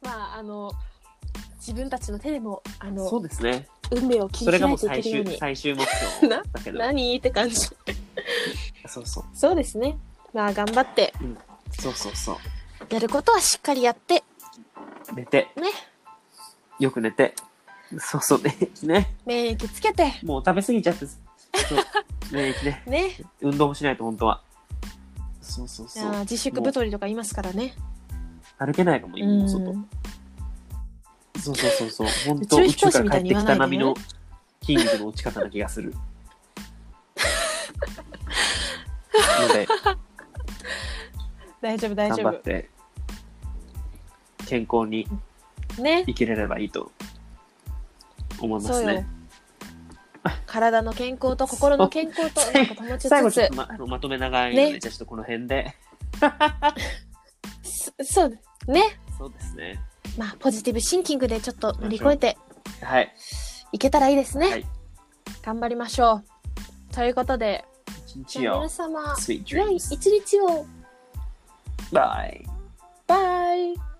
まあ、あの、自分たちの手でも、あ
そ
の、
うですね。
運命を切
そ
り
れがも
開いうてい
最
けるよう
終
に。
最終目標だ
な
けど、
何って感じ。
そうそう、
そうですね。まあ頑張って、
うん、そうそうそう。
やることはしっかりやって、
寝て、
ね、
よく寝て、そうそうねね、
免疫つけて、
もう食べ過ぎちゃって、 そうねね、
ね。
運動もしないと本当は、そうそう
い
そ
やー
う、
自粛太りとか言いますからね。
歩けないかも今
う
も
ん。
外、そうそうそうそう、本
宇
当宇
宙飛
宙
行
か
士み
ら
たい
帰っ
に
てき
言わ
た
ない
波
でね
の筋肉の落ち方な気がする。ので。
大丈夫 大
頑
丈
張っ
夫。
て健康に
ね。
生きれればいいと思いま
そ
す
う よ
ね。。
体の健康と心の健康と
そう
うまく保ち
最後
つ
ちょっと
つ
まあのまとめ長いので、
ね
じゃあちょっとこの辺で
す、そうね。
そうですね
まあポジティブシンキングでちょっと乗り越えて
はい
いけたらいいですね。
はい
頑張りましょう。ということで、
一日
じゃあ
を
皆様、
Sweet
良い
dreams
一日を。
Bye
バイ。